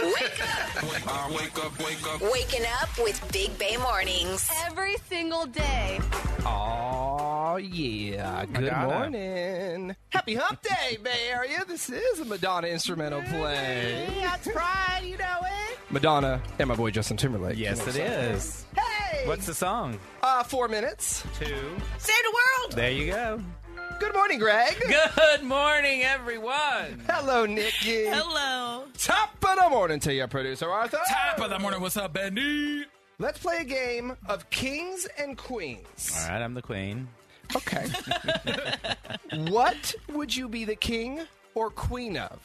Wake up! I wake up, wake up. Waking up with Big Bay Mornings. every single day. Oh yeah! Good Madonna. morning. Happy Hump Day, Bay Area. This is a Madonna instrumental play. That's pride, you know it. Madonna and my boy Justin Timberlake. Yes, it is. Hey, What's the song? uh, four minutes? Two. Save the world. There you go. Good morning, Greg. Good morning, everyone. Hello, Nikki. Hello. Top of the morning to your producer Arthur. Top of the morning. What's up, Bendy? Let's play a game of kings and queens. All right, I'm the queen. Okay. what would you be the king or queen of?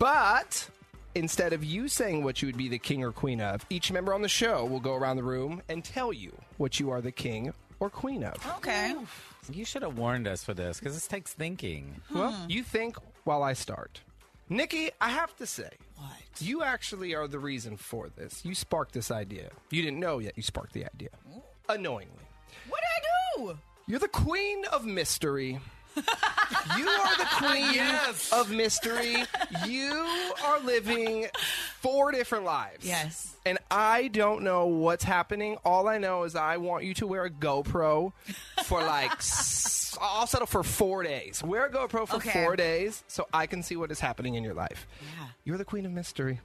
But instead of you saying what you would be the king or queen of, each member on the show will go around the room and tell you what you are the king or queen of. Okay. You should have warned us for this because this takes thinking. Hmm. Well, you think while I start. Nikki, I have to say, What? you actually are the reason for this. You sparked this idea. You didn't know yet you sparked the idea. Annoyingly. What did I do? You're the queen of mystery. you are the queen of mystery. You are living four different lives. Yes. And I don't know what's happening. All I know is I want you to wear a GoPro for like, s- I'll settle for four days. Wear a GoPro for Okay. four days so I can see what is happening in your life. You're the queen of mystery.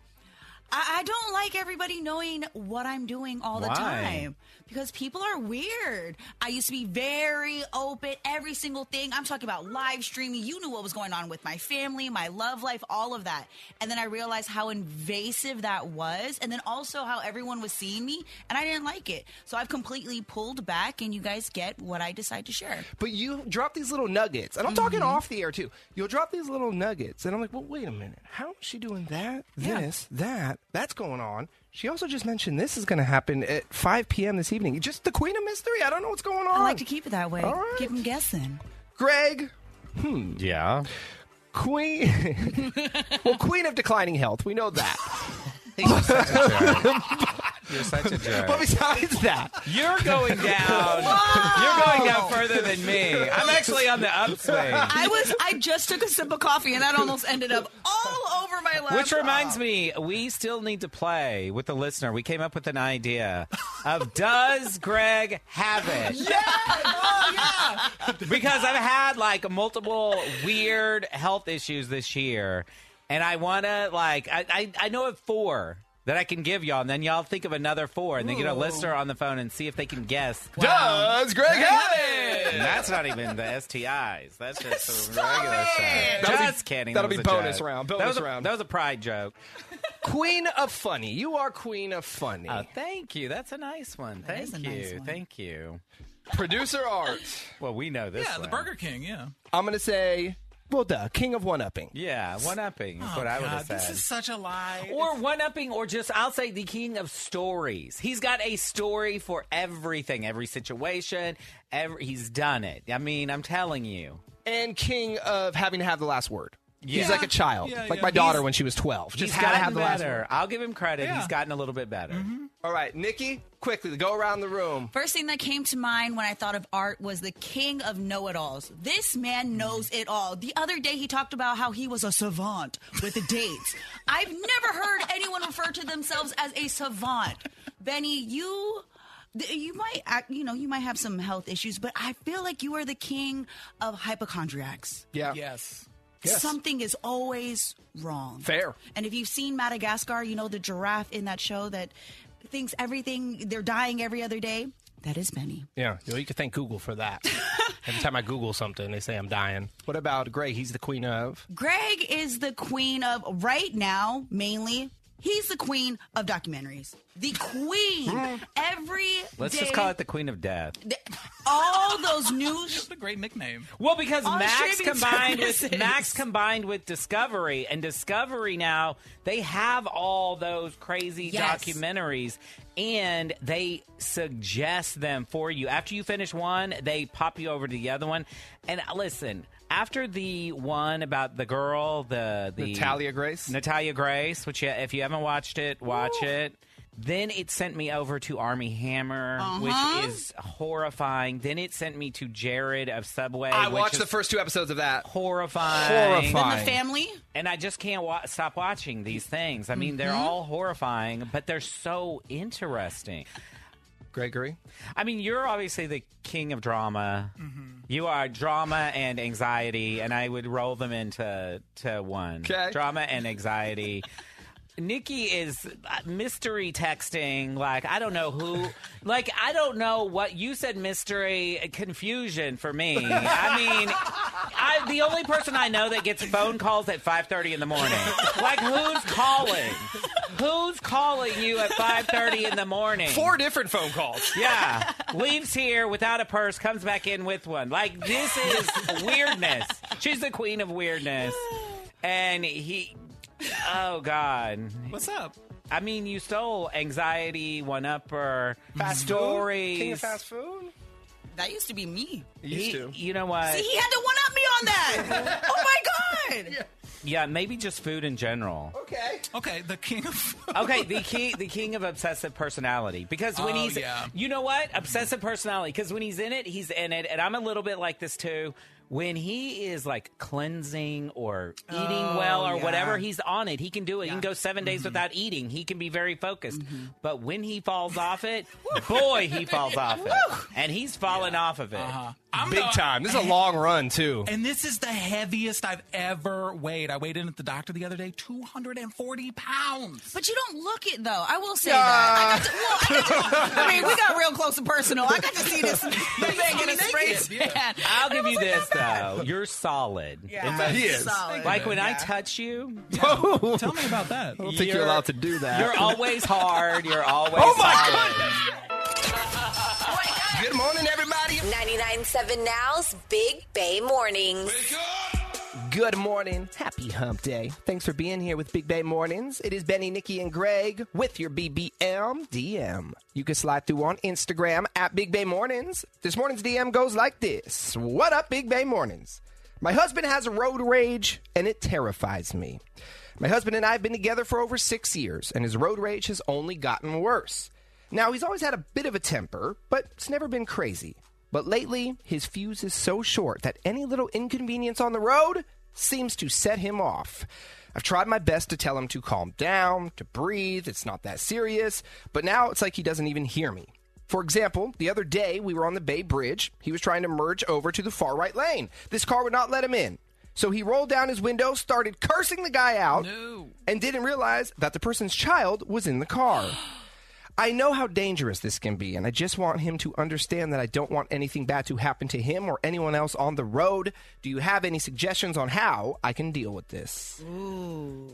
I, I don't like everybody knowing what I'm doing all the Why? time because people are weird. I used to be very open, every single thing. I'm talking about live streaming. You knew what was going on with my family, my love life, all of that. And then I realized how invasive that was, and then also how everyone was seeing me, and I didn't like it. So I've completely pulled back, and you guys get what I decide to share. But you drop these little nuggets, and I'm talking off the air too. You'll drop these little nuggets, and I'm like, well, wait a minute. How is she doing that, this, that? That's going on. She also just mentioned this is going to happen at 5 p.m. this evening. Just the queen of mystery. I don't know what's going on. I like to keep it that way. Oh. All right. Keep them guessing. Greg, Yeah. queen. well, queen of declining health. We know that. You're such a But jerk. besides that, You're going down. You're going down further than me. I'm actually on the upswing. I was I just took a sip of coffee and that almost ended up all over my laptop. Which reminds me, we still need to play with the listener. We came up with an idea of does Greg have it? Yeah, Oh, Because I've had like multiple weird health issues this year, and I want to like I, I I know of four that I can give y'all, and then y'all think of another four, and then get a listener on the phone and see if they can guess. does Greg have it? And that's not even the STIs. That's just some regular stuff. That'll be- Just kidding. that'll That be was a bonus joke. round, That bonus was a- round. That was a pride joke. Queen of funny. You are queen of funny. Uh, thank you. That's a nice one. That Thank is a you. nice one. Thank you. Producer Art. Well, we know this. Yeah, the one. Burger King. Yeah. I'm going to say, well, duh, king of one upping. Yeah, one upping is what I would God, have said. This is such a lie. or one upping, or just I'll say the king of stories. He's got a story for everything, every situation. Every, he's done it. I mean, I'm telling you. and king of having to have the last word. He's Yeah. like a child, Yeah, like yeah. my He's- daughter when she was 12. Just he's gotta gotten have the last better. word. I'll give him credit. Yeah. He's gotten a little bit better. Mm-hmm. All right, Nikki, quickly go around the room. First thing that came to mind when I thought of art was the king of know it alls. This man knows it all. The other day he talked about how he was a savant with the dates. I've never heard anyone refer to themselves as a savant. Benny, you th- you might act- you know you might have some health issues, but I feel like you are the king of hypochondriacs. Yeah. yes. Yes. Something is always wrong. Fair. And if you've seen Madagascar, you know the giraffe in that show that thinks everything, they're dying every other day. That is Benny. Yeah, you, know, you can thank Google for that. Every time I Google something, they say I'm dying. What about Gray? He's the queen of. Greg is the queen of, right now, mainly, he's the queen of documentaries. The queen. every Hmm. Let's day, just call it the queen of death. all those news. What a great nickname. Well, because On Max streaming combined with services. Max combined with Discovery, and Discovery now they have all those crazy Yes. documentaries, and they suggest them for you. After you finish one, they pop you over to the other one. And uh, listen, after the one about the girl, the the Natalia Grace? Natalia Grace, which yeah, if you haven't watched it, watch it. Then it sent me over to Army Hammer, Uh-huh. which is horrifying. Then it sent me to Jared of Subway. I which watched is the first two episodes of that. horrifying. Horrifying. The family? And I just can't wa- stop watching these things. I mean, Mm-hmm. they're all horrifying, but they're so interesting. Gregory, I mean, you're obviously the king of drama. You are drama and anxiety, and I would roll them into to one. 'Kay. Drama and anxiety. Nikki is uh, mystery texting. Like I don't know who. Like I don't know what you said. Mystery uh, confusion for me. I mean, I'm the only person I know that gets phone calls at 5:30 in the morning. Like who's calling? Who's calling you at 5:30 in the morning? four different phone calls. Yeah. Leaves here without a purse, comes back in with one. Like, this is weirdness. She's the queen of weirdness. And he. Oh, God. What's up? I mean, you stole anxiety, one upper, fast stories. King of fast food. That used to be me. He- you know what? He had to one up me on that. oh my god. yeah, maybe just food in general. Okay. Okay, the king of. Okay, the king, the king of obsessive personality. Because when Oh, he's, yeah. you know what, obsessive personality. Because when he's in it, he's in it, and I'm a little bit like this too. When he is like cleansing or eating well or Oh, yeah. Mm-hmm. whatever, he's on it. He can do it. He can go seven days without eating. He can be very focused. But when he falls off it, boy, he falls off it, and he's fallen off of it. I'm Big the- time. This is a long run too. And this is the heaviest I've ever weighed. I weighed in at the doctor the other day, 240 pounds. But you don't look it though. I will say that. I got to, well, I, got to, I mean, we got real close and personal. I got to see this thing in a spray tan. I'll give you this though, you're solid. It's That's He is. solid. Like when I touch you, Tell me about that. I don't think you're, You're- allowed to do that. You're always hard. You're always. Oh my solid. Oh Good morning, everybody. 99.7 Now's Big Bay Mornings. Good morning. Happy hump day. Thanks for being here with Big Bay Mornings. It is Benny, Nikki, and Greg with your BBM DM. You can slide through on Instagram at Big Bay Mornings. This morning's DM goes like this What up, Big Bay Mornings? My husband has a road rage and it terrifies me. My husband and I have been together for over six years, and his road rage has only gotten worse. Now, he's always had a bit of a temper, but it's never been crazy. But lately, his fuse is so short that any little inconvenience on the road seems to set him off. I've tried my best to tell him to calm down, to breathe, it's not that serious, but now it's like he doesn't even hear me. For example, the other day we were on the Bay Bridge. He was trying to merge over to the far right lane. This car would not let him in. So he rolled down his window, started cursing the guy out, and didn't realize that the person's child was in the car. I know how dangerous this can be, and I just want him to understand that I don't want anything bad to happen to him or anyone else on the road. Do you have any suggestions on how I can deal with this?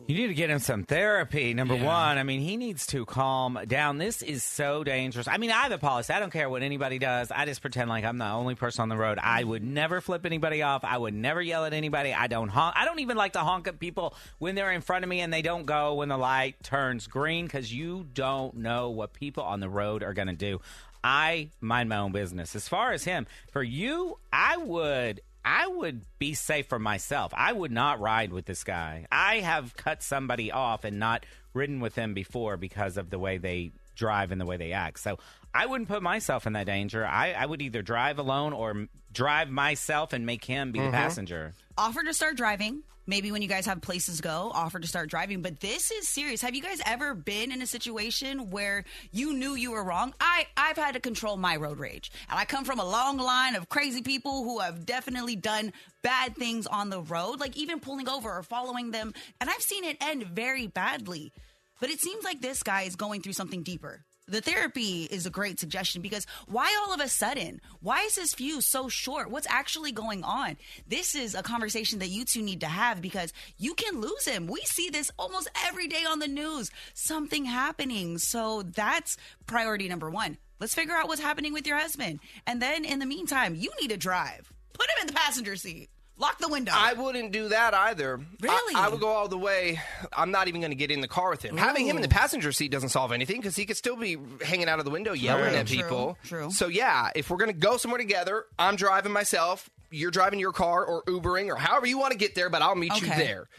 You need to get him some therapy. Number one, I mean, he needs to calm down. This is so dangerous. I mean, I have a policy. I don't care what anybody does. I just pretend like I'm the only person on the road. I would never flip anybody off. I would never yell at anybody. I don't honk. I don't even like to honk at people when they're in front of me and they don't go when the light turns green because you don't know what people on the road are going to do. I mind my own business. As far as him, for you, I would I would be safe for myself. I would not ride with this guy. I have cut somebody off and not ridden with them before because of the way they drive and the way they act. So I wouldn't put myself in that danger. I, I would either drive alone or m- drive myself and make him be the Mm-hmm. passenger. offer to start driving. Maybe when you guys have places to go, offer to start driving. But this is serious. Have you guys ever been in a situation where you knew you were wrong? I, I've had to control my road rage. And I come from a long line of crazy people who have definitely done bad things on the road, like even pulling over or following them. And I've seen it end very badly. But it seems like this guy is going through something deeper. The therapy is a great suggestion because why all of a sudden? Why is his fuse so short? What's actually going on? This is a conversation that you two need to have because you can lose him. We see this almost every day on the news. Something happening. So that's priority number one. Let's figure out what's happening with your husband. And then in the meantime, you need to drive. Put him in the passenger seat. Lock the window. I wouldn't do that either. Really? I, I would go all the way. I'm not even going to get in the car with him. Having him in the passenger seat doesn't solve anything because he could still be hanging out of the window yelling at True, people. true. So, yeah, if we're going to go somewhere together, I'm driving myself, you're driving your car or Ubering or however you want to get there, but I'll meet you Okay. there.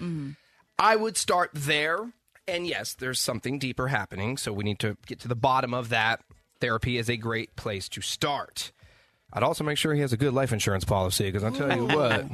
I would start there And yes, there's something deeper happening, so we need to get to the bottom of that. Therapy is a great place to start. I'd also make sure he has a good life insurance policy because I'll tell you what,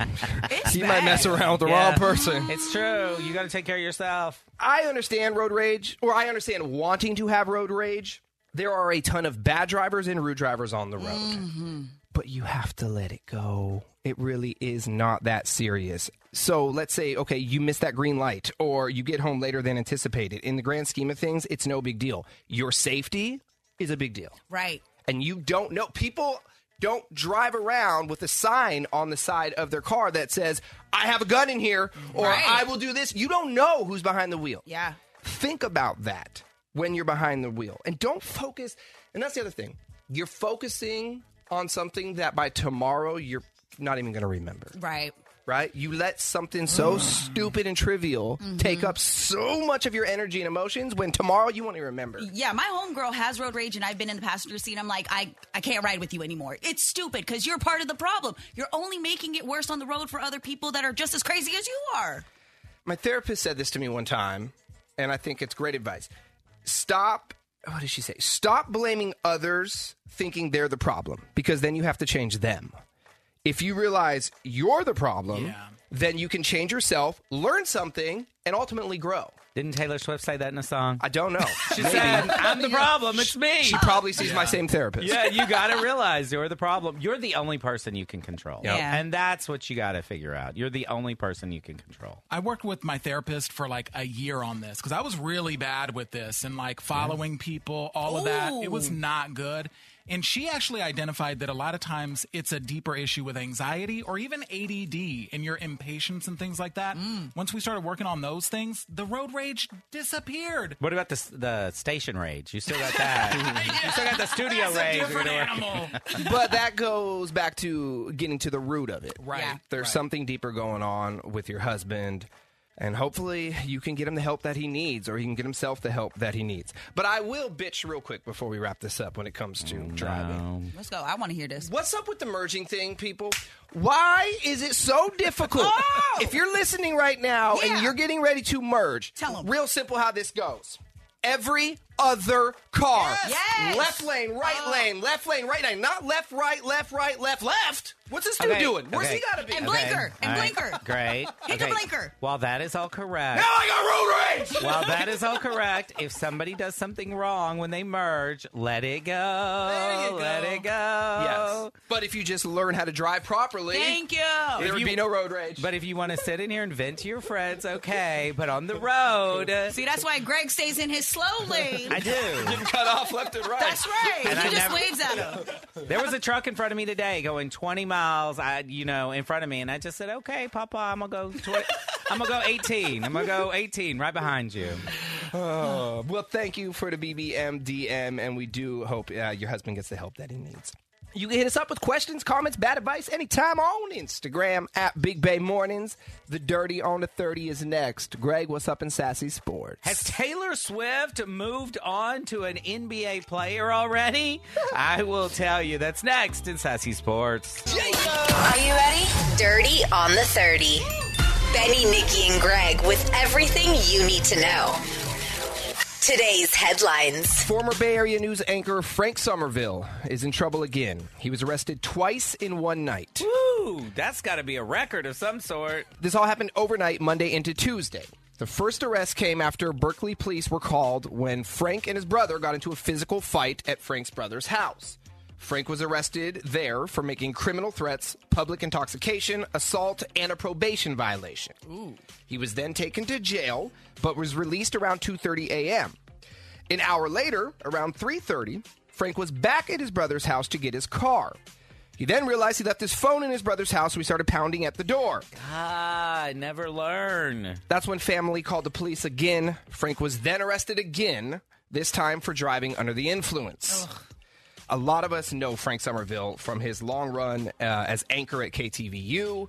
he might mess around with the Yeah. wrong person. It's true. You got to take care of yourself. I understand road rage, or I understand wanting to have road rage. There are a ton of bad drivers and rude drivers on the road. But you have to let it go. It really is not that serious. So let's say, okay, you miss that green light or you get home later than anticipated. In the grand scheme of things, it's no big deal. Your safety is a big deal. Right. And you don't know. People don't drive around with a sign on the side of their car that says, I have a gun in here or Right. I will do this. You don't know who's behind the wheel Yeah. think about that when you're behind the wheel and don't focus and that's the other thing you're focusing on something that by tomorrow you're not even going to remember Right. right you let something Mm. so stupid and trivial Mm-hmm. take up so much of your energy and emotions when tomorrow you want to remember Yeah, my homegirl has road rage, and I've been in the passenger seat. I'm like, I, I can't ride with you anymore. It's stupid because you're part of the problem. You're only making it worse on the road for other people that are just as crazy as you are. my therapist said this to me one time and i think it's great advice stop what did she say stop blaming others thinking they're the problem because then you have to change them if you realize you're the problem then you can change yourself learn something and ultimately grow Didn't Taylor Swift say that in a song? i don't know She Maybe. said, "I'm the problem. It's me." she probably sees my same therapist yeah, you got to realize you're the problem. You're the only person you can control. Yeah. And that's what you got to figure out. You're the only person you can control. I worked with my therapist for like a year on this because I was really bad with this and like following people, all of that. It was not good. And she actually identified that a lot of times it's a deeper issue with anxiety or even ADD and your impatience and things like that. Once we started working on those things, the road rage disappered. What about the s- the station rage? You still got that. you still got the studio That's rage. a different We're gonna work- animal. but that goes back to getting to the root of it. Right, Yeah. There's something deeper going on with your husband. And hopefully you can get him the help that he needs, or he can get himself the help that he needs. But I will bitch real quick before we wrap this up when it comes to driving. Let's go. I want to hear this. What's up with the merging thing, people? Why is it so difficult? Oh! If you're listening right now Yeah. and you're getting ready to merge, Tell 'em. real simple how this goes. Every other car, Yes. Yes. left lane, right Oh. lane, left lane, right lane, not left, right, left, right, left, left. What's this dude Okay, doing? Where's okay. he gotta be? And Now blinker. And All right, blinker. Great. Hit the blinker. While that is all correct. I got road rage. While that is all correct, if somebody does something wrong when they merge, let it go. There you go. Let it go. Yes, but if you just learn how to drive properly, Thank you. there If would you- be no road rage. But if you want to sit in here and vent to your friends, okay. But on the road, See, that's why Greg stays in his slow lane. I do. cut off left and right. That's right. And he I just never- waves at him. There was a truck in front of me today going 20 miles, I, you know, in front of me. And I just said, okay, Papa, I'm going to go 20. I'm going to go 18. I'm going to go 18 right behind you. Uh, Well, thank you for the BBM DM, and we do hope uh, your husband gets the help that he needs. You can hit us up with questions, comments, bad advice anytime on Instagram at Big Bay Mornings. The Dirty on the 30 is next. Greg, what's up in Sassy Sports? Has Taylor Swift moved on to an NBA player already? I will tell you. That's next in Sassy Sports. Are you ready? Dirty on the 30. Benny, Nikki, and Greg with everything you need to know. Today's headlines. Former Bay Area news anchor Frank Somerville is in trouble again. He was arrested twice in one night. Woo! That's got to be a record of some sort. This all happened overnight, Monday into Tuesday. The first arrest came after Berkeley police were called when Frank and his brother got into a physical fight at Frank's brother's house. Frank was arrested there for making criminal threats, public intoxication, assault, and a probation violation. He was then taken to jail, but was released around 2:30 a.m. An hour later, around 3:30, Frank was back at his brother's house to get his car. He then realized he left his phone in his brother's house, so he started pounding at the door. Ah, I never learn. That's when family called the police again. Frank was then arrested again, this time for driving under the influence. A lot of us know Frank Somerville from his long run uh, as anchor at KTVU.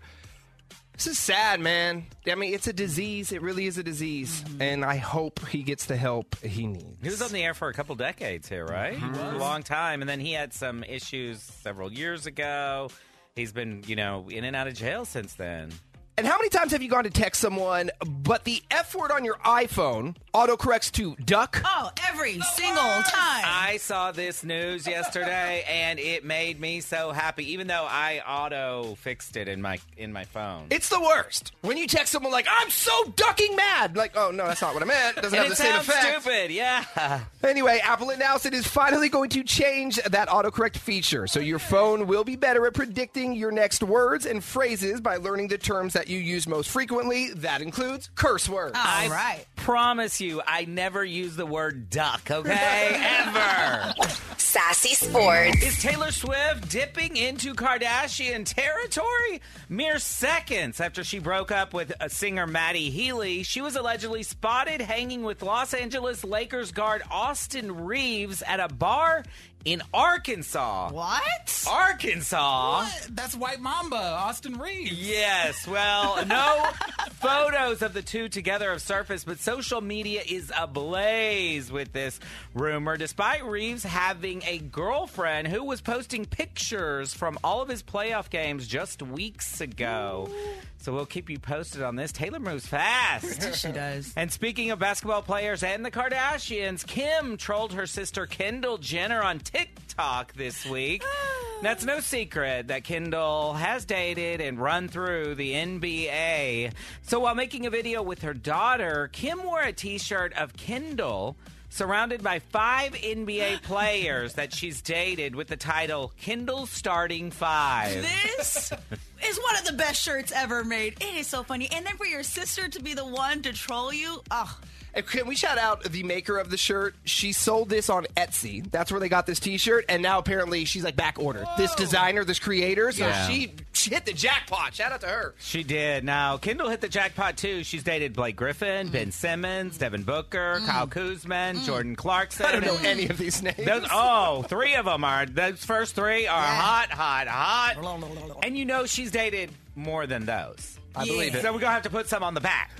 This is sad, man. I mean, it's a disease. It really is a disease. And I hope he gets the help he He needs. was on the air for a couple decades here, right? A long time. And then he had some issues several years ago. He's been, you know, in and out of jail since then. And how many times have you gone to text someone, but the F word on your iPhone autocorrects to duck? Oh, every single time. I saw this news yesterday and it made me so happy, even though I auto fixed it in my in my phone. It's the worst. When you text someone like, I'm so ducking mad. Like, oh no, that's not what I meant. Doesn't and have it the same sounds effect. stupid, yeah. Anyway, Apple announced it is finally going to change that autocorrect feature. So your phone will be better at predicting your next words and phrases by learning the terms that you use most frequently. That includes curse words. I All right. promise you, I never use the word duck, okay? Ever. Sassy Sports. Is Taylor Swift dipping into Kardashian territory? Mere seconds after she broke up with uh, singer Maddie Healy, she was allegedly spotted hanging with Los Angeles Lakers guard Austin Reeves at a bar in Arkansas. What? Arkansas? That's White Mamba, Austin Reeves. Yes, well, no photos of the two together have surfaced, but social media is ablaze with this rumor. Despite Reeves having a girlfriend who was posting pictures from all of his playoff games just weeks ago. So we'll keep you posted on this. Taylor moves fast. She does. And speaking of basketball players and the Kardashians, Kim trolled her sister Kendall Jenner on TikTok this week. Now, it's no secret that Kendall has dated and run through the NBA. So while making a video with her daughter, Kim wore a t shirt of Kendall. Surrounded by five NBA players that she's dated with the title Kendall Starting Five. This is one of the best shirts ever made. It is so funny. And then for your sister to be the one to troll you, oh, And Can we shout out the maker of the shirt? She sold this on Etsy. That's where they got this T-shirt, and now apparently she's like back ordered. This designer, this creator, so Yeah. she, she hit the jackpot. Shout out to her. She did. Now, Kendall hit the jackpot too. She's dated Blake Griffin, Mm. Ben Simmons, Devin Booker, Kyle Kuzman, Jordan Clarkson. I don't know any of these names. Those, oh, three of them are. Those first three are hot, hot, hot. And you know she's dated more than those. I believe it. So we're gonna have to put some on the back.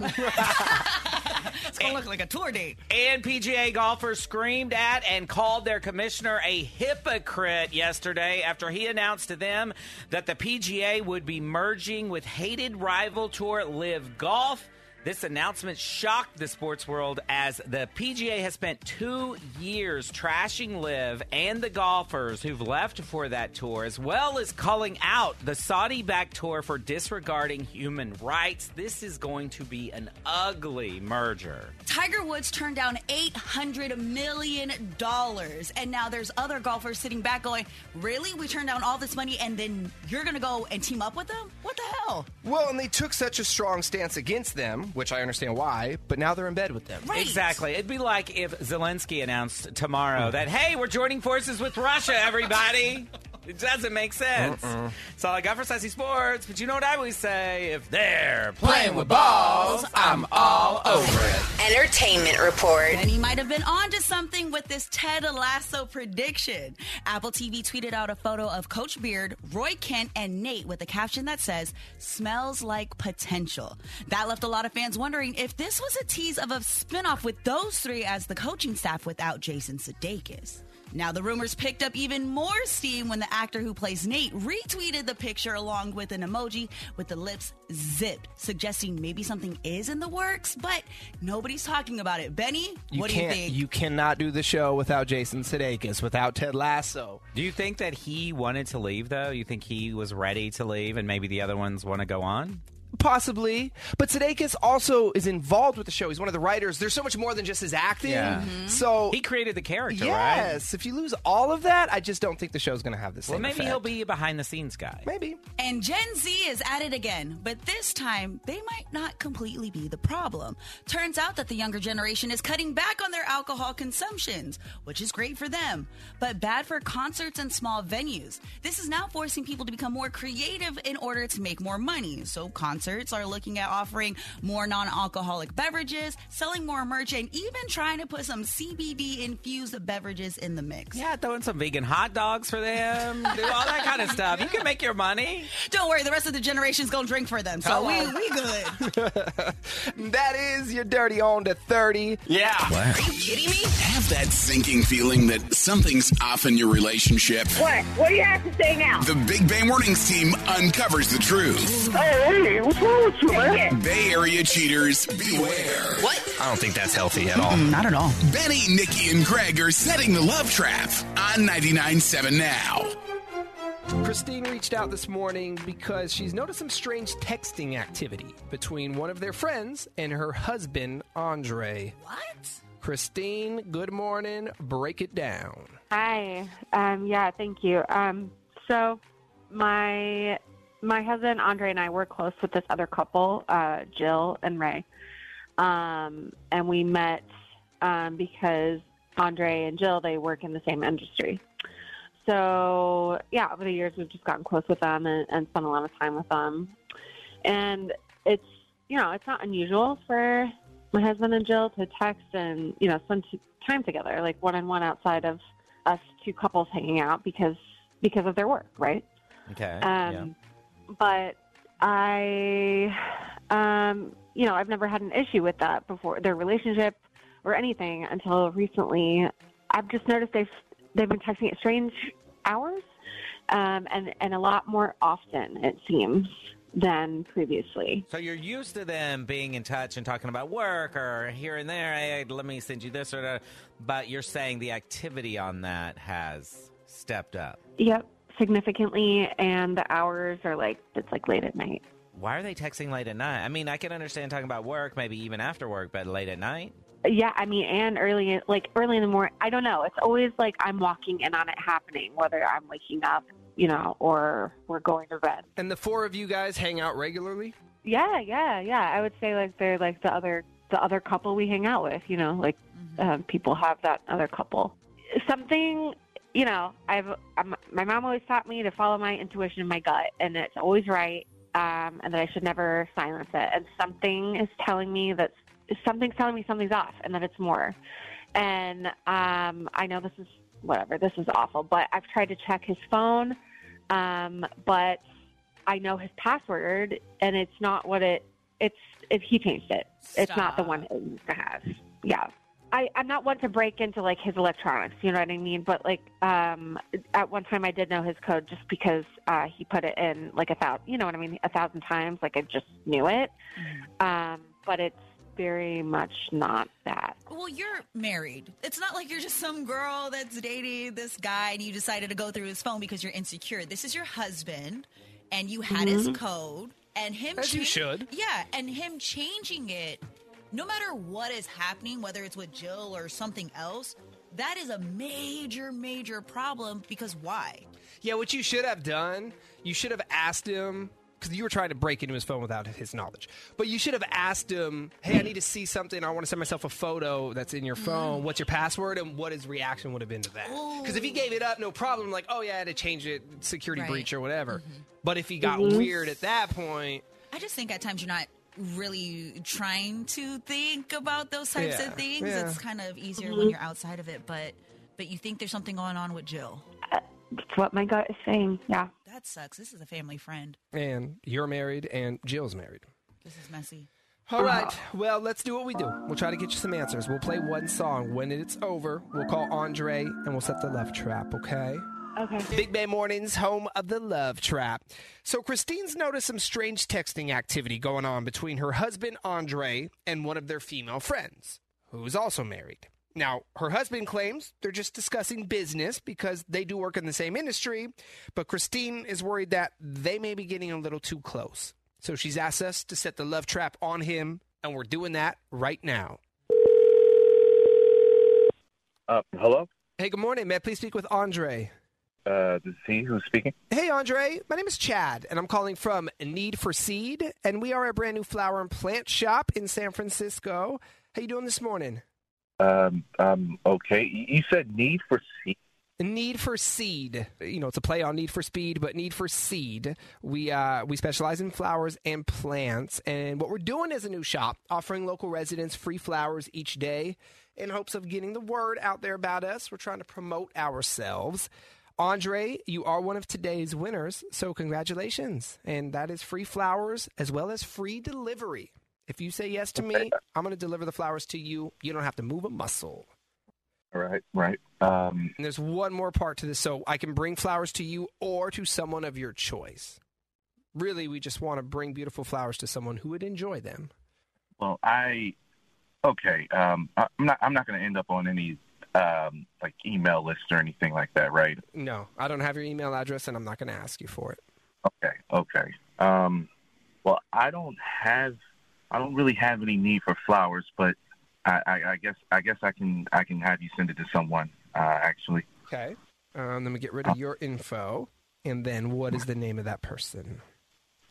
it's Eh. going to look like a tour date. and PGA golfers screamed at and called their commissioner a hypocrite yesterday after he announced to them that the PGA would be merging with hated rival tour Live Golf. This announcement shocked the sports world as the PGA has spent two years trashing Live and the golfers who've left for that tour, as well as calling out the Saudi backed tour for disregarding human rights. This is going to be an ugly merger. Tiger Woods turned down $800 million. And now there's other golfers sitting back going, Really? We turned down all this money and then you're going to go and team up with them? What the hell? Well, and they took such a strong stance against them, which I understand why, but now they're in bed with them. Right. Exactly. It'd be like if Zelensky announced tomorrow that, hey, we're joining forces with Russia, everybody. it doesn't make sense. That's all I got for Sassy Sports. But you know what I always say? If they're playing with balls, I'm all over it. Entertainment Report. And he might have been onto something with this Ted Lasso prediction. Apple TV tweeted out a photo of Coach Beard, Roy Kent, and Nate with a caption that says, smells like potential. That left a lot of fans wondering if this was a tease of a spinoff with those three as the coaching staff without Jason Sudeikis. Now, the rumors picked up even more steam when the actor who plays Nate retweeted the picture along with an emoji with the lips zipped, suggesting maybe something is in the works, but nobody's talking about it. Benny, You what do you can't. think? cannot do the show without Jason Sudeikis, without Ted Lasso. Do you think that he wanted to leave, though? You think he was ready to leave and maybe the other ones want to go on? Possibly, but Sudeikis also is involved with the show. He's one of the writers. There's so much more than just his acting. Mm-hmm. Yeah. So He created the character, right? yes, if you lose all of that, I just don't think the show's going to have the same. Well, maybe he'll effect. be a behind the scenes guy. Maybe. And Gen Z is at it again, but this time they might not completely be the problem. Turns out that the younger generation is cutting back on their alcohol consumptions, which is great for them, but bad for concerts and small venues. This is now forcing people to become more creative in order to make more money. So concerts are looking at offering more non-alcoholic beverages, selling more merch, and even trying to put some CBD infused beverages in the mix. Yeah, throw in some vegan hot dogs for them. Do all that kind of stuff. You can make your money. Don't worry, the rest of the generation's gonna drink for them. So we, we good. That is your dirty on to thirty. Are you kidding me? Have that sinking feeling that something's off in your relationship. What? What do you have to say now? The Big Bang Warnings team uncovers the truth. Oh, hey, woo, What's wrong with you, man? Bay Area cheaters, beware. What? I don't think that's healthy at all. Not at all. Benny, Nikki, and Greg are setting the love trap on 99.7 now. Christine reached out this morning because she's noticed some strange texting activity between one of their friends and her husband, Andre. What? Christine, good morning. Break it down. Hi. Um, yeah, thank you. Um, so my my husband Andre and I were close with this other couple, uh, Jill and Ray, um, and we met um, because Andre and Jill they work in the same industry. So yeah, over the years we've just gotten close with them and, and spent a lot of time with them, and it's you know it's not unusual for my husband and Jill to text and you know spend t- time together, like one on one outside of us two couples hanging out because because of their work, right? Okay. yeah. Um, But I, um, you know, I've never had an issue with that before their relationship or anything until recently. I've just noticed they've they've been texting at strange hours, um, and and a lot more often it seems than previously. So you're used to them being in touch and talking about work or here and there. Hey, let me send you this or that. But you're saying the activity on that has stepped up. Yep, significantly, and the hours are like it's like late at night. Why are they texting late at night? I mean, I can understand talking about work, maybe even after work, but late at night. Yeah, I mean, and early, like early in the morning. I don't know. It's always like I'm walking in on it happening, whether I'm waking up, you know, or we're going to bed. And the four of you guys hang out regularly? Yeah, yeah, yeah. I would say like they're like the other the other couple we hang out with. You know, like um, people have that other couple. Something, you know, I've I'm, my mom always taught me to follow my intuition and my gut, and it's always right, um, and that I should never silence it. And something is telling me that something's telling me something's off, and that it's more. And um, I know this is whatever. This is awful, but I've tried to check his phone, um, but I know his password, and it's not what it. It's it, he changed it. It's not the Stop. one it used to have. Yeah, I, I'm not one to break into like his electronics. You know what I mean? But like, um, at one time I did know his code just because uh, he put it in like a thousand. You know what I mean? A thousand times. Like I just knew it. Um, but it's very much not that. Well, you're married. It's not like you're just some girl that's dating this guy and you decided to go through his phone because you're insecure. This is your husband, and you had his code, and him. Mm-hmm. As you should. Yeah, and him changing it. No matter what is happening, whether it's with Jill or something else, that is a major, major problem. Because why? Yeah, what you should have done, you should have asked him because you were trying to break into his phone without his knowledge. But you should have asked him, "Hey, I need to see something. I want to send myself a photo that's in your phone. What's your password?" And what his reaction would have been to that. Because if he gave it up, no problem. Like, oh yeah, I had to change it, security Right. breach or whatever. But if he got weird at that point, I just think at times you're not really trying to think about those types Yeah, of things. yeah. It's kind of easier Mm-hmm. when you're outside of it, but but you think there's something going on with Jill. It's what my gut is saying. Yeah. That sucks. This is a family friend. and you're married and Jill's married. This is messy. All right. Well, let's do what we do. We'll try to get you some answers. We'll play one song. When it's over, we'll call Andre and we'll set the love trap. Okay. Okay. Big Bay Mornings, home of the love trap. So Christine's noticed some strange texting activity going on between her husband Andre and one of their female friends, who is also married. Now, her husband claims they're just discussing business because they do work in the same industry, but Christine is worried that they may be getting a little too close. So she's asked us to set the love trap on him, and we're doing that right now. Uh, hello, Hey, good morning, man. Please speak with Andre. uh, this is he who's speaking. Hey, Andre. My name is Chad, and I'm calling from Need for Seed, and we are a brand new flower and plant shop in San Francisco. How you doing this morning? Um, um, okay, Y- you said need for seed. Need for Seed. You know, it's a play on Need for Speed, but Need for Seed. We uh, we specialize in flowers and plants, and what we're doing is a new shop, offering local residents free flowers each day, in hopes of getting the word out there about us. We're trying to promote ourselves. Andre, you are one of today's winners, so congratulations! And that is free flowers as well as free delivery. If you say yes to me, I'm going to deliver the flowers to you. You don't have to move a muscle. All Right, right. Um, And there's one more part to this. So I can bring flowers to you or to someone of your choice. really we just want to bring beautiful flowers to someone who would enjoy them. Well, I okay. Um, I, I'm not. I'm not going to end up on any um, like email list or anything like that, right? No, I don't have your email address, and I'm not going to ask you for it. Okay. Okay. Um, well, I don't have. I don't really have any need for flowers, but I, I, I guess I guess I can I can have you send it to someone. Uh, actually, Okay. Um, then we get rid of your info, and then what is the name of that person?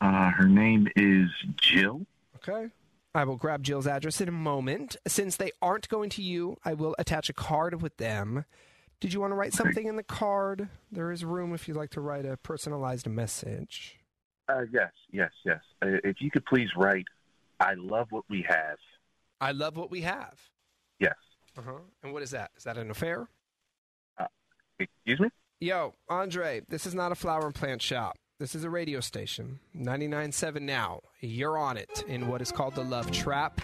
uh, her name is Jill. Okay. I will grab Jill's address in a moment. Since they aren't going to you, I will attach a card with them. Did you want to write something in the card? There is room if you'd like to write a personalized message. Uh, yes, yes, yes. Uh, If you could please write, I love what we have. I love what we have. Yes. Uh huh. And what is that? Is that an affair? Excuse me. Yo, Andre, this is not a flower and plant shop. This is a radio station. 99.7 now. You're on it in what is called the Love Trap.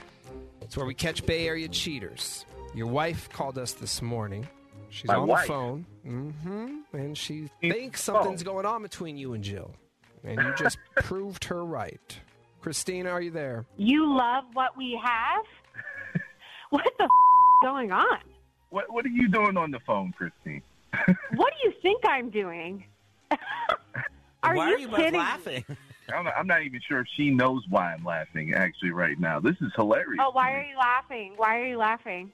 It's where we catch Bay Area cheaters. Your wife called us this morning. She's My on wife? the phone. hmm And she thinks something's going on between you and Jill. And you just proved her right. Christina, are you there? You love what we have? what the f- going on? What What are you doing on the phone, Christine? What do you think I'm doing? Are Why you are you both kidding me? laughing? I'm not, I'm not even sure if she knows why I'm laughing actually right now. This is hilarious. Oh, why are you laughing? Why are you laughing?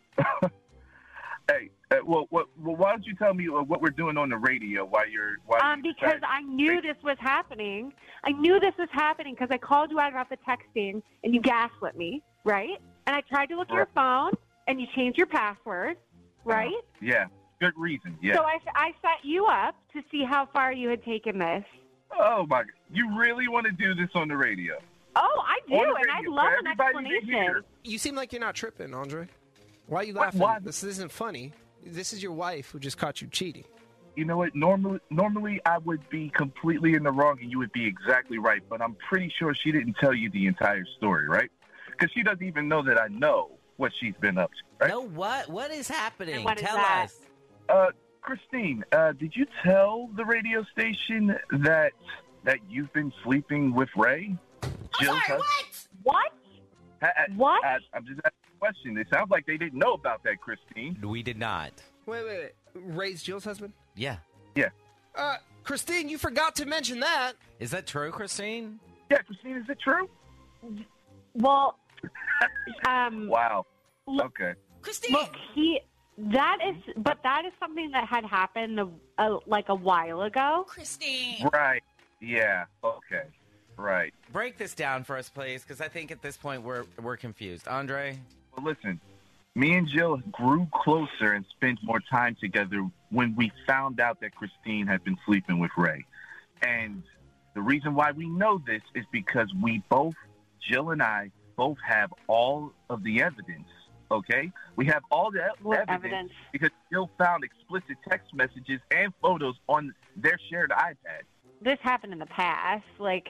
Hey, uh, well, what, well, why don't you tell me uh, what we're doing on the radio? Why you're? Why Um, you because decided- I knew this was happening. I knew this was happening because I called you out about the texting and you gaslit me, right? And I tried to look at your phone and you changed your password, right? Yeah, good reason. Uh-huh. Yeah. So I, I set you up to see how far you had taken this. oh my! You really want to do this on the radio? Oh, I do, On the and I radio, love for an everybody to hear. explanation. You seem like you're not tripping, Andre. Why are you What- laughing? why? This isn't funny. This is your wife who just caught you cheating. You know what? Normally, normally I would be completely in the wrong, and you would be exactly right. But I'm pretty sure she didn't tell you the entire story, right? Because she doesn't even know that I know what she's been up to, right? No, what? What is happening? What is Tell that? us. Uh, Christine, uh, did you tell the radio station that that you've been sleeping with Ray? I'm Jill's sorry, husband? what? What? I- I- What? I, I'm just asking a question. It sounds like they didn't know about that, Christine. We did not. Wait, wait, wait. Ray's Jill's husband? Yeah. Uh, Christine, you forgot to mention that. Is that true, Christine? Yeah, Christine, is it true? Well, um, Wow. Look- Okay. Christine, Look, he that is, but that is something that had happened a, a, like a while ago. Christine. Right. Yeah. Okay. Right. Break this down for us, please, because I think at this point we're we're confused. Andre, Well, listen, me and Jill grew closer and spent more time together when we found out that Christine had been sleeping with Ray. And the reason why we know this is because we both, Jill and I, both have all of the evidence. Okay? We have all the e- What evidence, evidence? because Jill found explicit text messages and photos on their shared iPad. This happened in the past, like,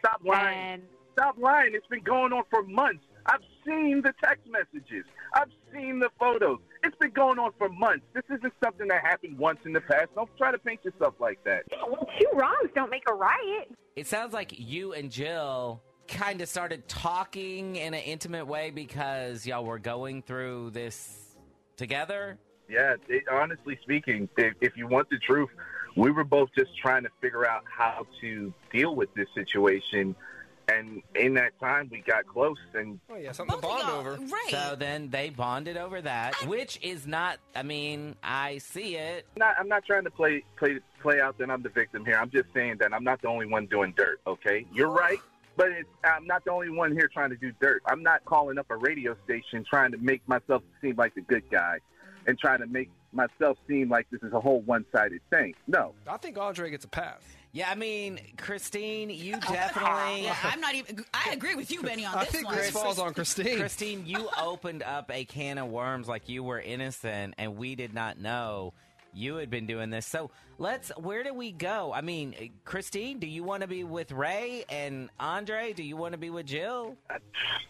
Stop lying. and Stop lying. It's been going on for months. I've seen the text messages. I've seen the photos. It's been going on for months. This isn't something that happened once in the past. Don't try to paint yourself like that. well, two wrongs don't make a right. it sounds like you and Jill kind of started talking in an intimate way because y'all were going through this together. Yeah, it, honestly speaking, if, if you want the truth, we were both just trying to figure out how to deal with this situation. And in that time, we got close. And Oh yeah, something Both to of bond y'all. over. Right. So then they bonded over that, which is not. I mean, I see it. I'm not, I'm not trying to play play play out that I'm the victim here. I'm just saying that I'm not the only one doing dirt. Okay, you're right, but it's, I'm not the only one here trying to do dirt. I'm not calling up a radio station trying to make myself seem like the good guy, and trying to make myself seem like this is a whole one-sided thing. No, I think Andre gets a pass. Yeah, I mean, Christine, you definitely. Oh, Yeah, I'm not even. I agree with you, Benny, on I this think one. this falls on Christine. Christine, you opened up a can of worms like you were innocent and we did not know you had been doing this. So let's, where do we go? I mean, Christine, do you want to be with Ray and Andre? Do you want to be with Jill? I,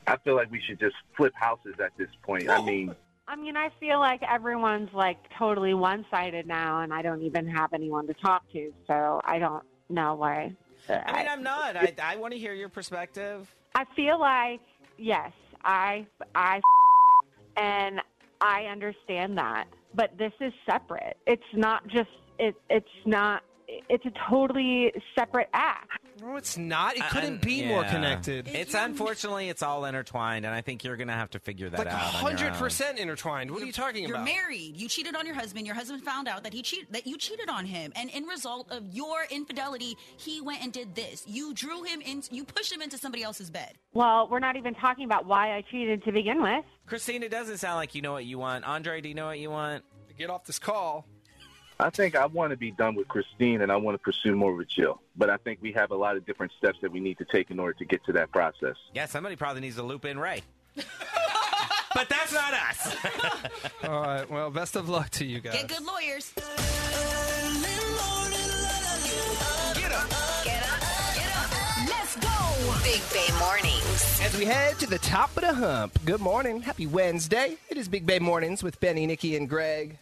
I feel like we should just flip houses at this point. I mean, I mean, I feel like everyone's like totally one sided now, and I don't even have anyone to talk to, so I don't know why. I mean, I'm not. I, I want to hear your perspective. I feel like yes, I I and I understand that, but this is separate. It's not just it. It's not. It's a totally separate act. No, it's not. It couldn't be more connected. It's unfortunately it's all intertwined, and I think you're gonna have to figure that Like out. on your hundred own. percent intertwined. What are you talking You're about? married. You cheated on your husband. Your husband found out that he cheated that you cheated on him, and in result of your infidelity, he went and did this. You drew him in. You pushed him into somebody else's bed. Well, we're not even talking about why I cheated to begin with. Christine, it doesn't sound like you know what you want. Andre, do you know what you want? Get off this call. I think I want to be done with Christine and I want to pursue more with Jill. But I think we have a lot of different steps that we need to take in order to get to that process. Yeah, somebody probably needs to loop in Ray. but that's not us. All right. Well, best of luck to you guys. Get good lawyers. Let's go. Big Bay Mornings. As we head to the top of the hump, good morning. Happy Wednesday. It is Big Bay Mornings with Benny, Nikki, and Greg.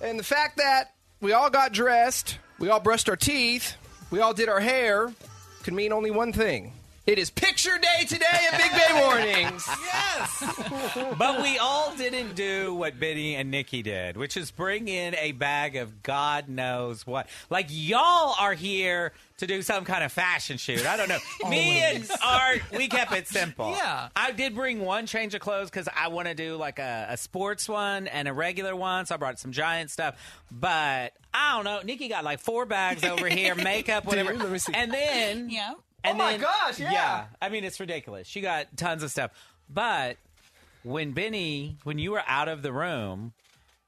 And the fact that we all got dressed, we all brushed our teeth, we all did our hair could mean only one thing. It is picture day today at Big Bay Mornings. But we all didn't do what Benny and Nikki did, which is bring in a bag of God knows what. Like y'all are here to do some kind of fashion shoot. I don't know. Me and Art, we kept it simple. Yeah. I did bring one change of clothes because I want to do like a, a sports one and a regular one. So I brought some giant stuff. But I don't know. Nikki got like four bags over here, makeup, whatever. let me see. And then Yeah. and Oh my then- gosh, yeah. I mean, it's ridiculous. She got tons of stuff. But when Benny, when you were out of the room,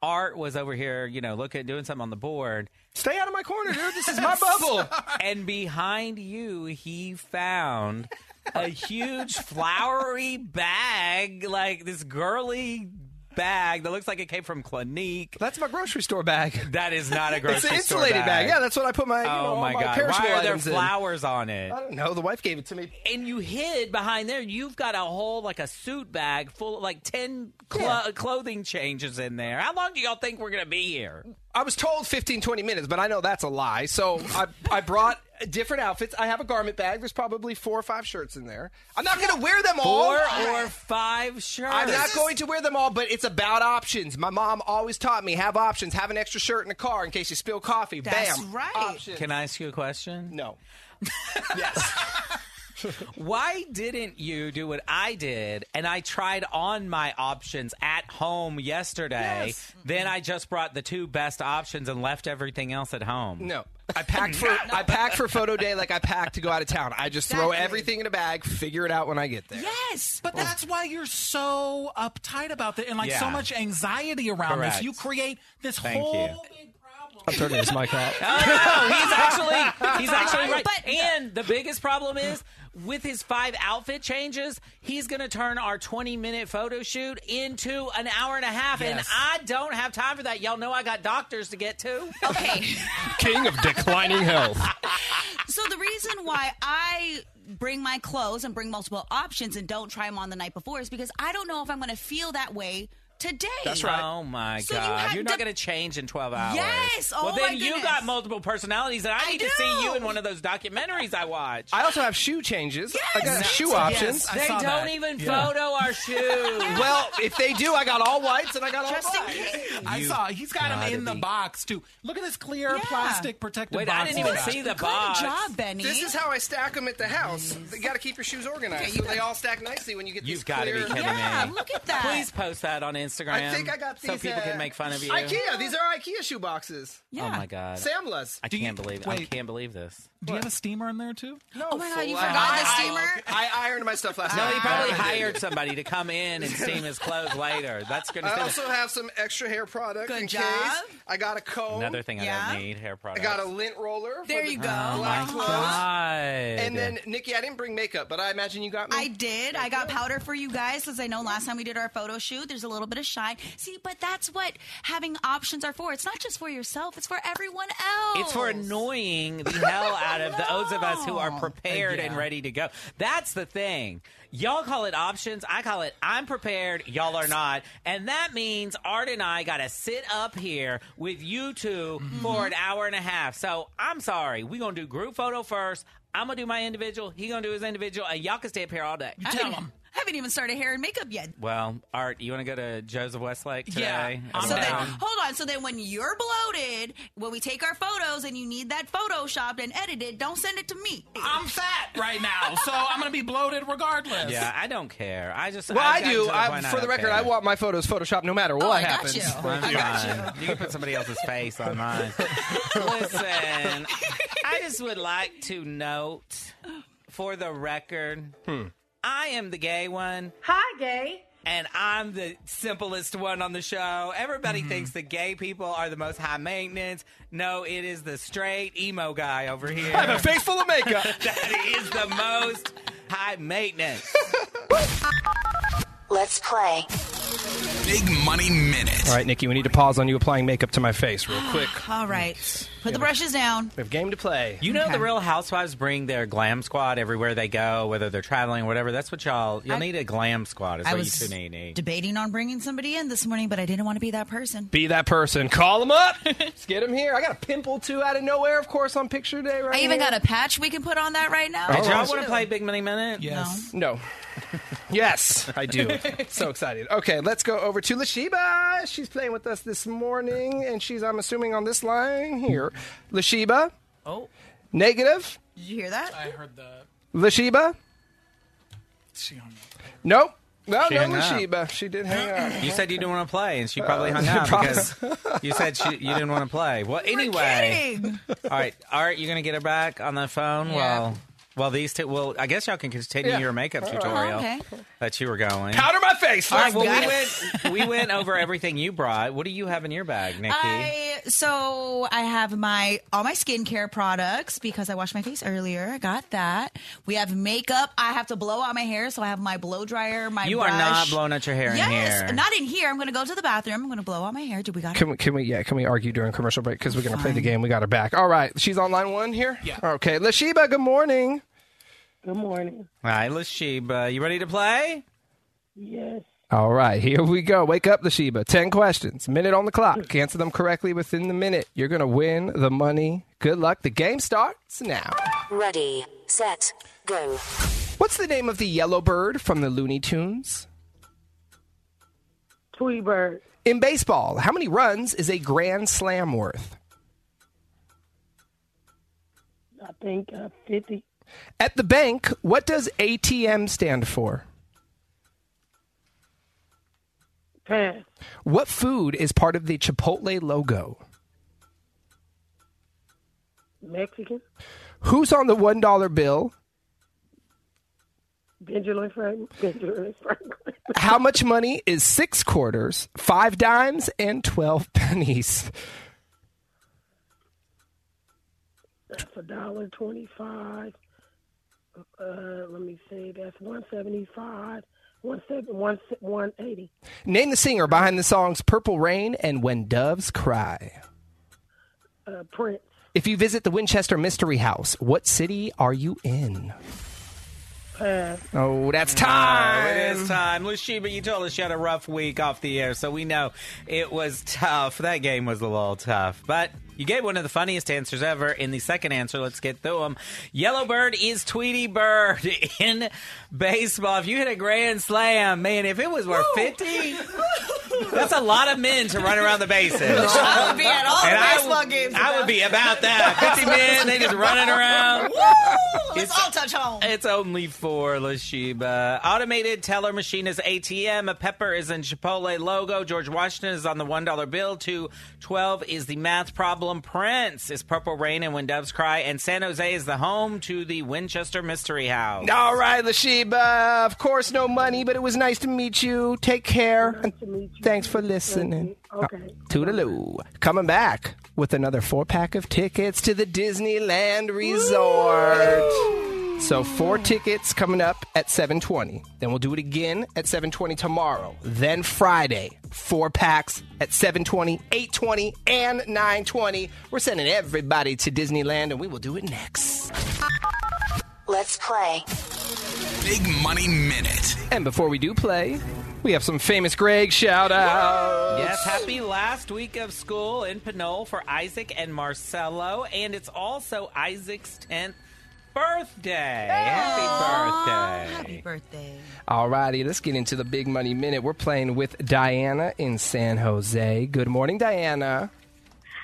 Art was over here, you know, looking, doing something on the board. Stay out of my corner, dude. This is my bubble. And behind you, he found a huge flowery bag, like this girly bag that looks like it came from Clinique. That's my grocery store bag. That is not a grocery It's an store insulated bag. Yeah, that's what I put my, you know, oh all my my, god! perishable Why are there items in. flowers on it? I don't know. The wife gave it to me. and you hid behind there. You've got a whole like a suit bag full of like ten clo- clothing changes in there. How long do y'all think we're gonna be here? I was told 15, 20 minutes, but I know that's a lie. So I, I brought different outfits. I have a garment bag. There's probably four or five shirts in there. I'm not going to wear them all. Four or five shirts? I'm not going to wear them all, but it's about options. My mom always taught me have options, have an extra shirt in the car in case you spill coffee. That's Bam. right. Options. Can I ask you a question? No. yes. Why didn't you do what I did and I tried on my options at home yesterday? Then I just brought the two best options and left everything else at home. No. I packed for I packed for photo day like I packed to go out of town. I just throw Exactly. everything in a bag, figure it out when I get there. Yes. But that's why you're so uptight about that and like so Yeah. much anxiety around Correct. this. You create this Thank whole you. big problem. Turn this mic off. Oh, no, he's actually he's actually right. But- and the biggest problem is with his five outfit changes, he's going to turn our 20 minute photo shoot into an hour and a half, and Yes. I don't have time for that. Y'all know I got doctors to get to. Okay. King of declining health. So the reason why I bring my clothes and bring multiple options and don't try them on the night before is because I don't know if I'm going to feel that way today. That's Oh my So you God! had You are not to- going to change in twelve hours. Yes! Oh well, then my you goodness. got multiple personalities, and I, I need to see do. you in one of those documentaries I watch. I also have shoe changes. I got Yes. shoe Yes. options. I they saw don't that. even Yeah. photo our shoes. Well, if they do, I got all whites and I got all Just in blacks. case. I saw he's got him gotta in the be- box too. Look at this clear Yeah. plastic protective Wait, I box. didn't even he's got. see the Good box. job, Benny. This is how I stack them at the house. You got to keep your shoes organized so they all stack nicely when you get. You've got gotta to be kidding yeah, me. look at that. Please post that on Instagram. I think I got these. so people uh, can make fun of you. IKEA. These are IKEA shoe boxes. Yeah. Oh my god. Samla's. I Do you- can't believe I wait. can't believe this. Do you have a steamer in there too? No, Oh my god, you fool, I- forgot the I- steamer? I, ironed my stuff last No, night. he probably Uh, I did. hired somebody to come in and steam his clothes later. That's going I to also have some extra hair product. Good in job. Case. I got a comb. another thing I Yeah. don't need hair I products. got a lint roller. for There the you go. Black Oh my clothes. God. And then Nikki, I didn't bring makeup, but I imagine you got me. I did. I got powder for you guys because I know last time we did our photo shoot, there's a little bit of shine. See, but that's what having options are for. It's not just for yourself, it's for everyone else. it's for annoying the hell out of those of us who are prepared and Yeah. ready to go. That's the thing. Y'all call it options. I call it I'm prepared. Y'all are not. And that means Art and I got to sit up here Mm-hmm. with you 2 for an hour and a half. So I'm sorry. We're going to do group photo first. I'm gonna do my individual. He gonna do his individual, and y'all can stay up here all day. I haven't- I haven't even started hair and makeup yet. Well, Art, you want to go to Joseph Westlake today? Yeah, I'm so then, down. hold on. So then, when you're bloated, when we take our photos and you need that photoshopped and edited, don't send it to me. I'm fat right now, so I'm gonna be bloated regardless. Yeah, I don't care. I just Well, I I've gotten to do. the I, point for the don't record, care. I want my photos photoshopped no matter what Oh, I got happens. you. I'm I got fine. You. can put somebody else's face on mine. Listen, I just would like to note, for the record, I am the gay one. Hi, gay. And I'm the simplest one on the show. Everybody thinks the gay people are the most high maintenance. No, it is the straight emo guy over here I'm a face full of makeup. that is the most high maintenance. Let's play. Big Money Minute. All right, Nikki, we need to pause on you applying makeup to my face real quick. All right, put the brushes down. We have game to play. You know, Okay. the Real Housewives bring their glam squad everywhere they go, whether they're traveling, whatever. That's what y'all. You'll I- need a glam squad. Is I what was you two need. need. debating on bringing somebody in this morning, but I didn't want to be that person. Be that person. Call him up. Let's get him here. I got a pimple too out of nowhere, of course, on picture day. Right. I even here. got a patch we can put on that right now. Did y'all right. want to play Big Money Minute? Yes. No. yes, I do. so excited. Okay, let's go over to Lashiba. She's playing with us this morning, and she's, I'm assuming, on this line here. Lashiba, Oh, negative. did you hear that? I heard the. Lashiba, She hung up. nope. No, no, hung up. Lashiba. She did hang up. You said you didn't want to play, Uh, and she probably hung up probably- because you said she, you didn't want to play. Well, anyway, Kidding. all right, Art, you gonna get her back on the phone? Yeah. Well, well, these two. Well, I guess y'all can continue Yeah. your makeup Uh-huh. tutorial okay. that you were going. Powder my face. all right, Let's well, go. we went, we went over everything you brought. What do you have in your bag, Nikki? I so I have my all my skincare products because I washed my face earlier. I got that. We have makeup. I have to blow out my hair, so I have my blow dryer. My you brush. are not blowing out your hair in Yes, here. not in here. I'm going to go to the bathroom. I'm going to blow out my hair. Do we got it? Can we, can we, yeah, can we argue during commercial break? Because we're going to play the game. We got her back. All right. She's on line one here? Yeah. Okay. Lashiba, good morning. Good morning. All right, Lasheba, you ready to play? Yes. All right. Here we go. Wake up, Lashiba. 10 questions. Minute on the clock. Answer them correctly within the minute. You're going to win the money. Good luck. The game starts now. Ready, set, go. What's the name of the yellow bird from the Looney Tunes? Tweety Bird, In baseball, how many runs is a grand slam worth? I think uh, 50 At the bank, what does ATM stand for? pass. What food is part of the Chipotle logo? Mexican, Who's on the $1 bill? Benjamin Franklin. Benjamin Franklin. How much money is six quarters, five dimes, and 12 pennies? That's a dollar twenty-five. Uh, let me see. That's one seventy-five. One seven. One one eighty. Name the singer behind the songs Purple Rain and When Doves Cry. Uh, Prince. If you visit the Winchester Mystery House, what city are you in? Pass. Oh, that's Oh, it time. is time. Lasheba, you told us you had a rough week off the air, so we know it was tough. That game was a little tough. But you gave one of the funniest answers ever in the second answer. Let's get through them. Yellowbird is Tweety Bird in baseball. If you hit a grand slam, man, if it was worth 50, that's a lot of men to run around the bases. I would be at Oh, all the And I baseball would- games. I would be about that. 50 men, they just running around. Let's all touch home. It's only for Lashiba. Automated teller machine is ATM. A pepper is in Chipotle logo. George Washington is on the $1 bill. 212 is the math problem. Prince is Purple Rain and When Doves Cry. And San Jose is the home to the Winchester Mystery House. All right, Lashiba. Of course, no money, but it was nice to meet you. Take care. to meet you. Thanks for listening. Okay. Toodaloo. Coming back with another four pack of tickets to the Disneyland Resort. So four tickets coming up at 7:20. Then we'll do it again at 7:20 tomorrow. Then Friday, four packs at 7:20, 8:20, and 9:20. We're sending everybody to Disneyland, and we will do it next. Let's play. Big Money Minute. And before we do play, we have some famous Greg shout outs. Yes, happy last week of school in Pinole for Isaac and Marcelo. And it's also Isaac's 10th birthday. Happy birthday. Happy birthday. Alrighty, let's get into the big money minute. We're playing with Diana in San Jose. Good morning, Diana.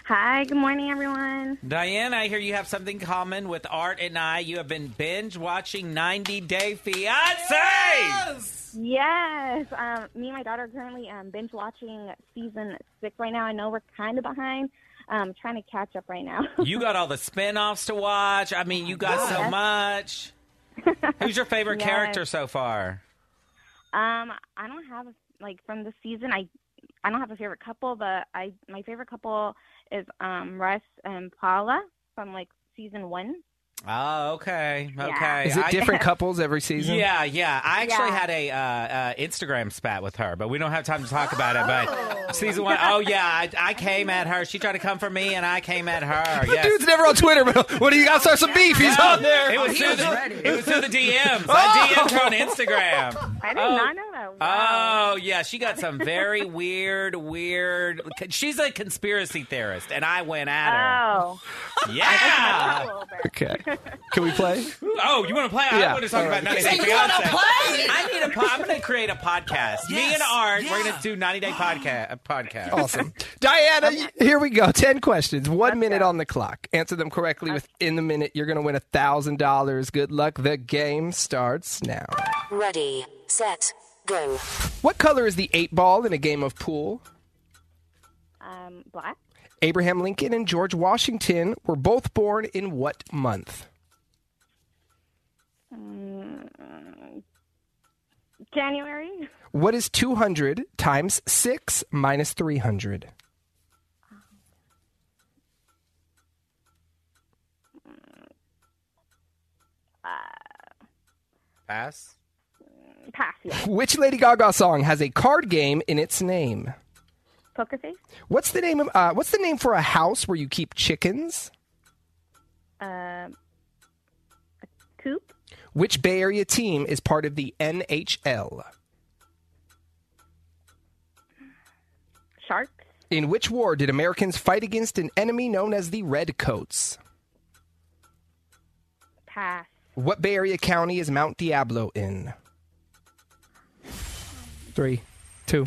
Hi, good morning, everyone. Diane, I hear you have something common with Art and I. You have been binge watching 90 Day Fiance. Yes. Um, me and my daughter are currently um, binge watching season six right now. I know we're kind of behind. Um, trying to catch up right now. You got all the spin offs to watch. I mean, you got so Yes. much. Who's your favorite Yes. character so far? Um, I don't have like from the season. I I don't have a favorite couple, but I my favorite couple is um Russ and Paula from like season one. Oh, okay. Okay. Is it I- different couples every season? Yeah, yeah. I actually Yeah. had a uh, uh, Instagram spat with her, but we don't have time to talk about it. But season one, oh yeah, I, I came at her. She tried to come for me, and I came at her. The Yes. dude's never on Twitter, but what do you got? Start some beef. He's No, on there. It was, through the, it was through the DMs. Oh. I DM'd her on Instagram. I did Oh. not know that. Oh yeah, she got some very weird, weird. She's a conspiracy theorist, and I went at her. Oh, Yeah. Okay. Can we play? Oh, you want to play? I Yeah. want to talk All about right. 90 You Day say Fiance. you wanna play? I need a. Po- I'm going to create a podcast. Me and Art, we're going to do 90 Day Podcast. a Podcast. Awesome. Diana, y- here we go. 10 questions, one minute on the clock. Answer them correctly within the minute. You're going to win $1,000. Good luck. The game starts now. Ready, set, go. What color is the eight ball in a game of pool? um, black Abraham Lincoln and George Washington were both born in what month? mm, January. What is 200 times 6 minus 300? Pass. Pass. Yeah. Which Lady Gaga song has a card game in its name? Poker face. What's the name of uh, what's the name for a house where you keep chickens? Um, Which Bay Area team is part of the NHL? shark. In which war did Americans fight against an enemy known as the Redcoats? Pass. What Bay Area county is Mount Diablo in? Three, two,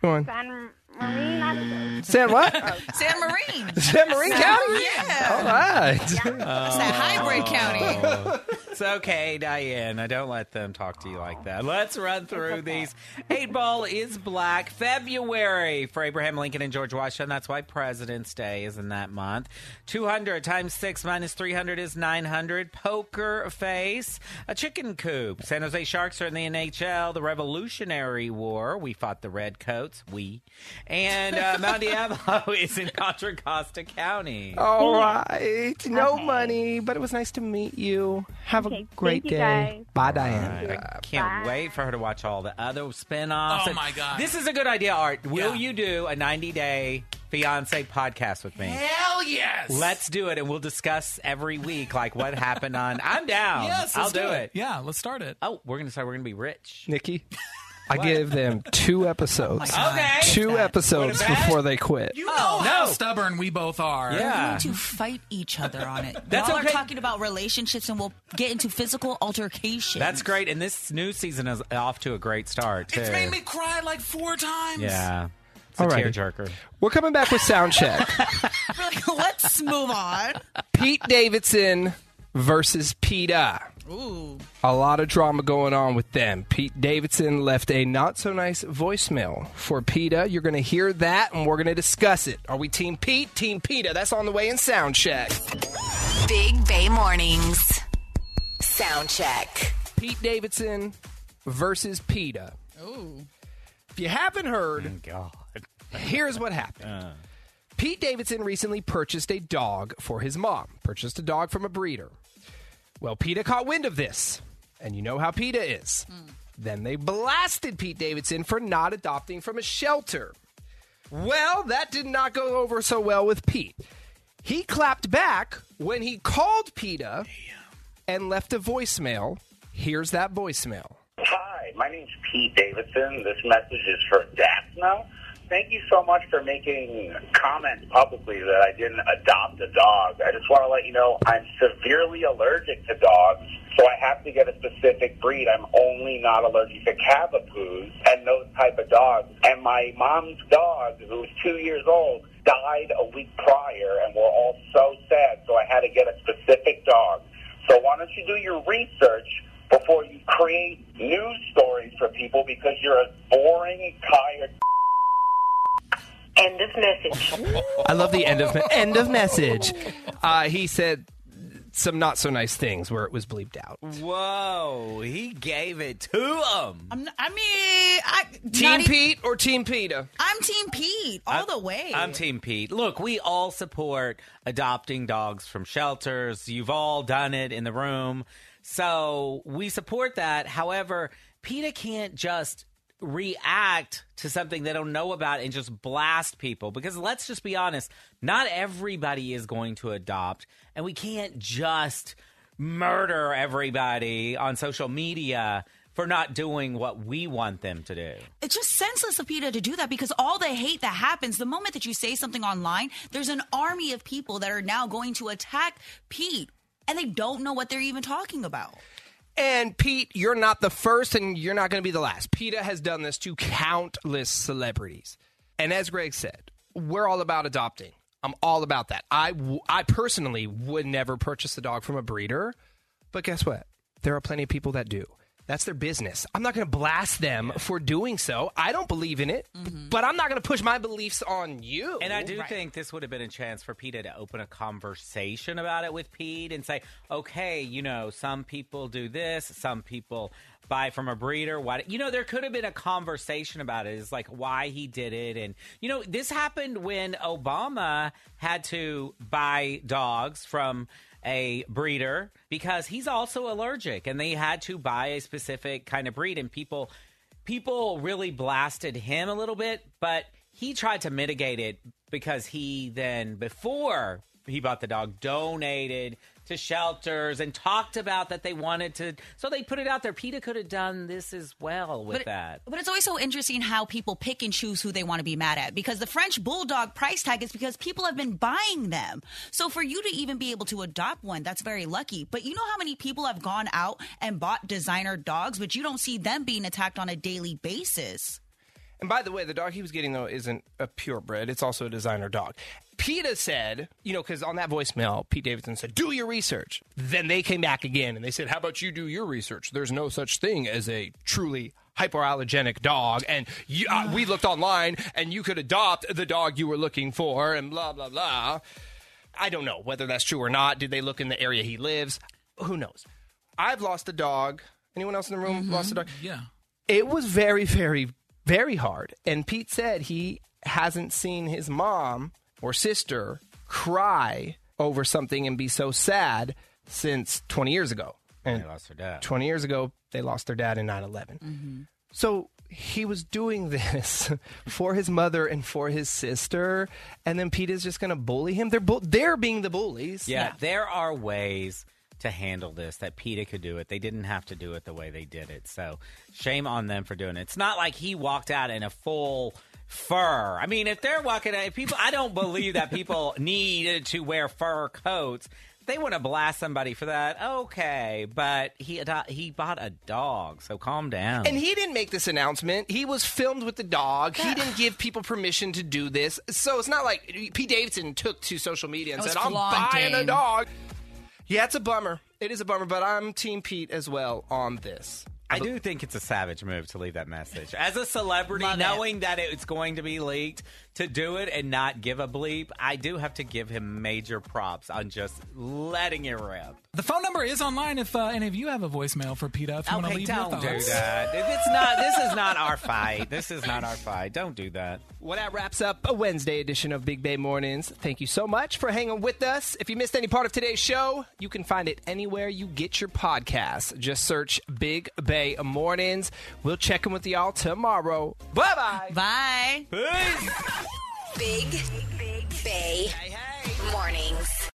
one. San Marine. I don't know. San what? Oh. San Marine. San Marin San- County? Yeah. All right. It's that hybrid county. it's okay, Diane. I don't let them talk to you like that. Let's run through these. Eight Ball is black. February for Abraham Lincoln and George Washington. That's why President's Day is in that month. 200 times 6 minus 300 is 900. Poker face. A chicken coop. San Jose Sharks are in the NHL. The Revolutionary War. We fought the Redcoats. We. And uh, Mount Diablo is in Contra Costa County. All right. No money, but it was nice to meet you. Have a great you, day. guys. Bye, Diane. I can't wait for her to watch all the other spin-offs. Oh, And my God. This is a good idea, Art. Will you do a 90-day fiance podcast with me? Hell yes. Let's do it and we'll discuss every week like what happened on I'm down. Yes, I'll let's do, do it. it. Yeah, let's start it. Oh, we're gonna start we're gonna be rich. Nikki, I give them two episodes. God. Okay. Two episodes What about- before they quit. You know Oh, how stubborn we both are. We need to fight each other on it. That's Y'all okay. are talking about relationships and we'll get into physical altercation. That's great. And this new season is off to a great start. Too. It's made me cry like four times. Yeah. It's a Alrighty. tearjerker. We're coming back with sound check. Let's move on. Pete Davidson versus PETA. Ooh. A lot of drama going on with them. Pete Davidson left a not so nice voicemail for PETA. You're going to hear that and we're going to discuss it. Are we Team Pete? Team PETA. That's on the way in sound check. Big Bay Mornings. Sound check. Pete Davidson versus PETA. Ooh. If you haven't heard, God. here's what happened. Pete Davidson recently purchased a dog for his mom, purchased a dog from a breeder. Well, PETA caught wind of this, and you know how PETA is. Then they blasted Pete Davidson for not adopting from a shelter. Well, that did not go over so well with Pete. He clapped back when he called PETA and left a voicemail. Here's that voicemail. Hi, my name's Pete Davidson. This message is for Daphna. thank you so much for making comments publicly that I didn't adopt a dog. I just want to let you know I'm severely allergic to dogs, so I have to get a specific breed. I'm only not allergic to cavapoos and those type of dogs. And my mom's dog, who was two years old, died a week prior, and we're all so sad. So I had to get a specific dog. So why don't you do your research before you create news stories for people because you're a boring, tired. End of message. I love the end of end of message. Uh, he said some not so nice things where it was bleeped out. Whoa, he gave it to him. I'm not, I mean, I, Team not e- Pete or Team Peta? I'm Team Pete all the way. I'm Team Pete. Look, we all support adopting dogs from shelters. You've all done it in the room. So we support that. However, PETA can't just react to something they don't know about and just blast people because let's just be honest, not everybody is going to adopt, and we can't just murder everybody on social media for not doing what we want them to do. It's just senseless of PETA to do that because all the hate that happens, the moment that you say something online, there's an army of people that are now going to attack Pete and they don't know what they're even talking about. And Pete, you're not the first and you're not going to be the last. PETA has done this to countless celebrities. And as Greg said, we're all about adopting. I'm all about that. I, w- I personally would never purchase a dog from a breeder, but guess what? There are plenty of people that do. That's their business. I'm not going to blast them for doing so. I don't believe in it, but I'm not going to push my beliefs on you. Mm-hmm. And I do think this would have been a chance for PETA to open a conversation about it with Pete and say, okay, you know, some people do this, some people buy from a breeder. Why? You know, there could have been a conversation about it. It's like why he did it. And, you know, this happened when Obama had to buy dogs from a breeder because he's also allergic and they had to buy a specific kind of breed and people people really blasted him a little bit, but he tried to mitigate it because he then, before he bought the dog, donated to shelters and talked about that they wanted to. So they put it out there. PETA could have done this as well with But- that. But it's always so interesting how people pick and choose who they want to be mad at because the French bulldog price tag is because people have been buying them. So for you to even be able to adopt one, that's very lucky. But you know how many people have gone out and bought designer dogs, but you don't see them being attacked on a daily basis. And by the way, the dog he was getting though isn't a purebred; it's also a designer dog. PETA said, you know, because on that voicemail, Pete Davidson said, "Do your research." Then they came back again and they said, "How about you do your research? There's no such thing as a truly hyperallergenic dog, and you, uh, we looked online, and you could adopt the dog you were looking for, and blah blah blah." I don't know whether that's true or not. Did they look in the area he lives? Who knows? I've lost a dog. Anyone else in the room lost a dog? Yeah. It was very, very, very hard. And Pete said he hasn't seen his mom or sister cry over something and be so sad since 20 years ago. And they lost their dad. 20 years ago, they lost their dad in 9 11. So he was doing this for his mother and for his sister. And then Pete is just going to bully him. They're, bu- they're being the bullies. Yeah, there are ways to handle this that PETA could do it. They didn't have to do it the way they did it. So shame on them for doing it. It's not like he walked out in a full fur. I mean, if they're walking out, if people, I don't believe that people need to wear fur coats. If They want to blast somebody for that. Okay, but he ado- he bought a dog, so calm down. And he didn't make this announcement. He was filmed with the dog. He didn't give people permission to do this. So it's not like Pete Davidson took to social media and That was said, I'm buying a flaunting. dog. Yeah, it's a bummer. It is a bummer, but I'm Team Pete as well on this. I do think it's a savage move to leave that message. As a celebrity, Love it. knowing that it's going to be leaked, to do it and not give a bleep, I do have to give him major props on just letting it rip. The phone number is online if uh, any of you have a voicemail for PETA. If you want to Okay, leave don't your do thoughts. that. It's not. This is not our fight. This is not our fight. Don't do that. Well, that wraps up a Wednesday edition of Big Bay Mornings. Thank you so much for hanging with us. If you missed any part of today's show, you can find it anywhere you get your podcasts. Just search Big Bay Mornings. We'll check in with y'all tomorrow. Bye bye. Bye. Peace. Big Bay Mornings.